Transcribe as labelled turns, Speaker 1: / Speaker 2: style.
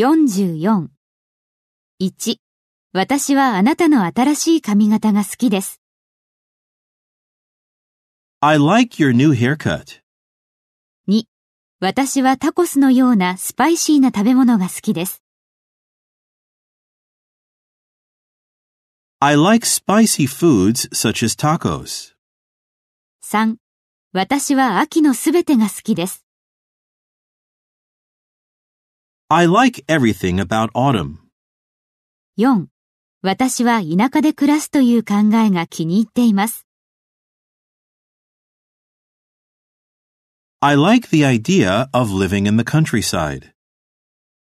Speaker 1: 44.1. 私はあなたの新しい髪型が好きです。
Speaker 2: I like your new haircut.
Speaker 1: 私はタコスのようなスパイシーな食べ物が好きです。
Speaker 2: I like spicy foods such as tacos.
Speaker 1: 3. 私は秋のすべてが好きです。
Speaker 2: I like everything about autumn.
Speaker 1: 4. 私は田舎で暮らすという考えが気に入っています。
Speaker 2: I like the idea of living in the countryside.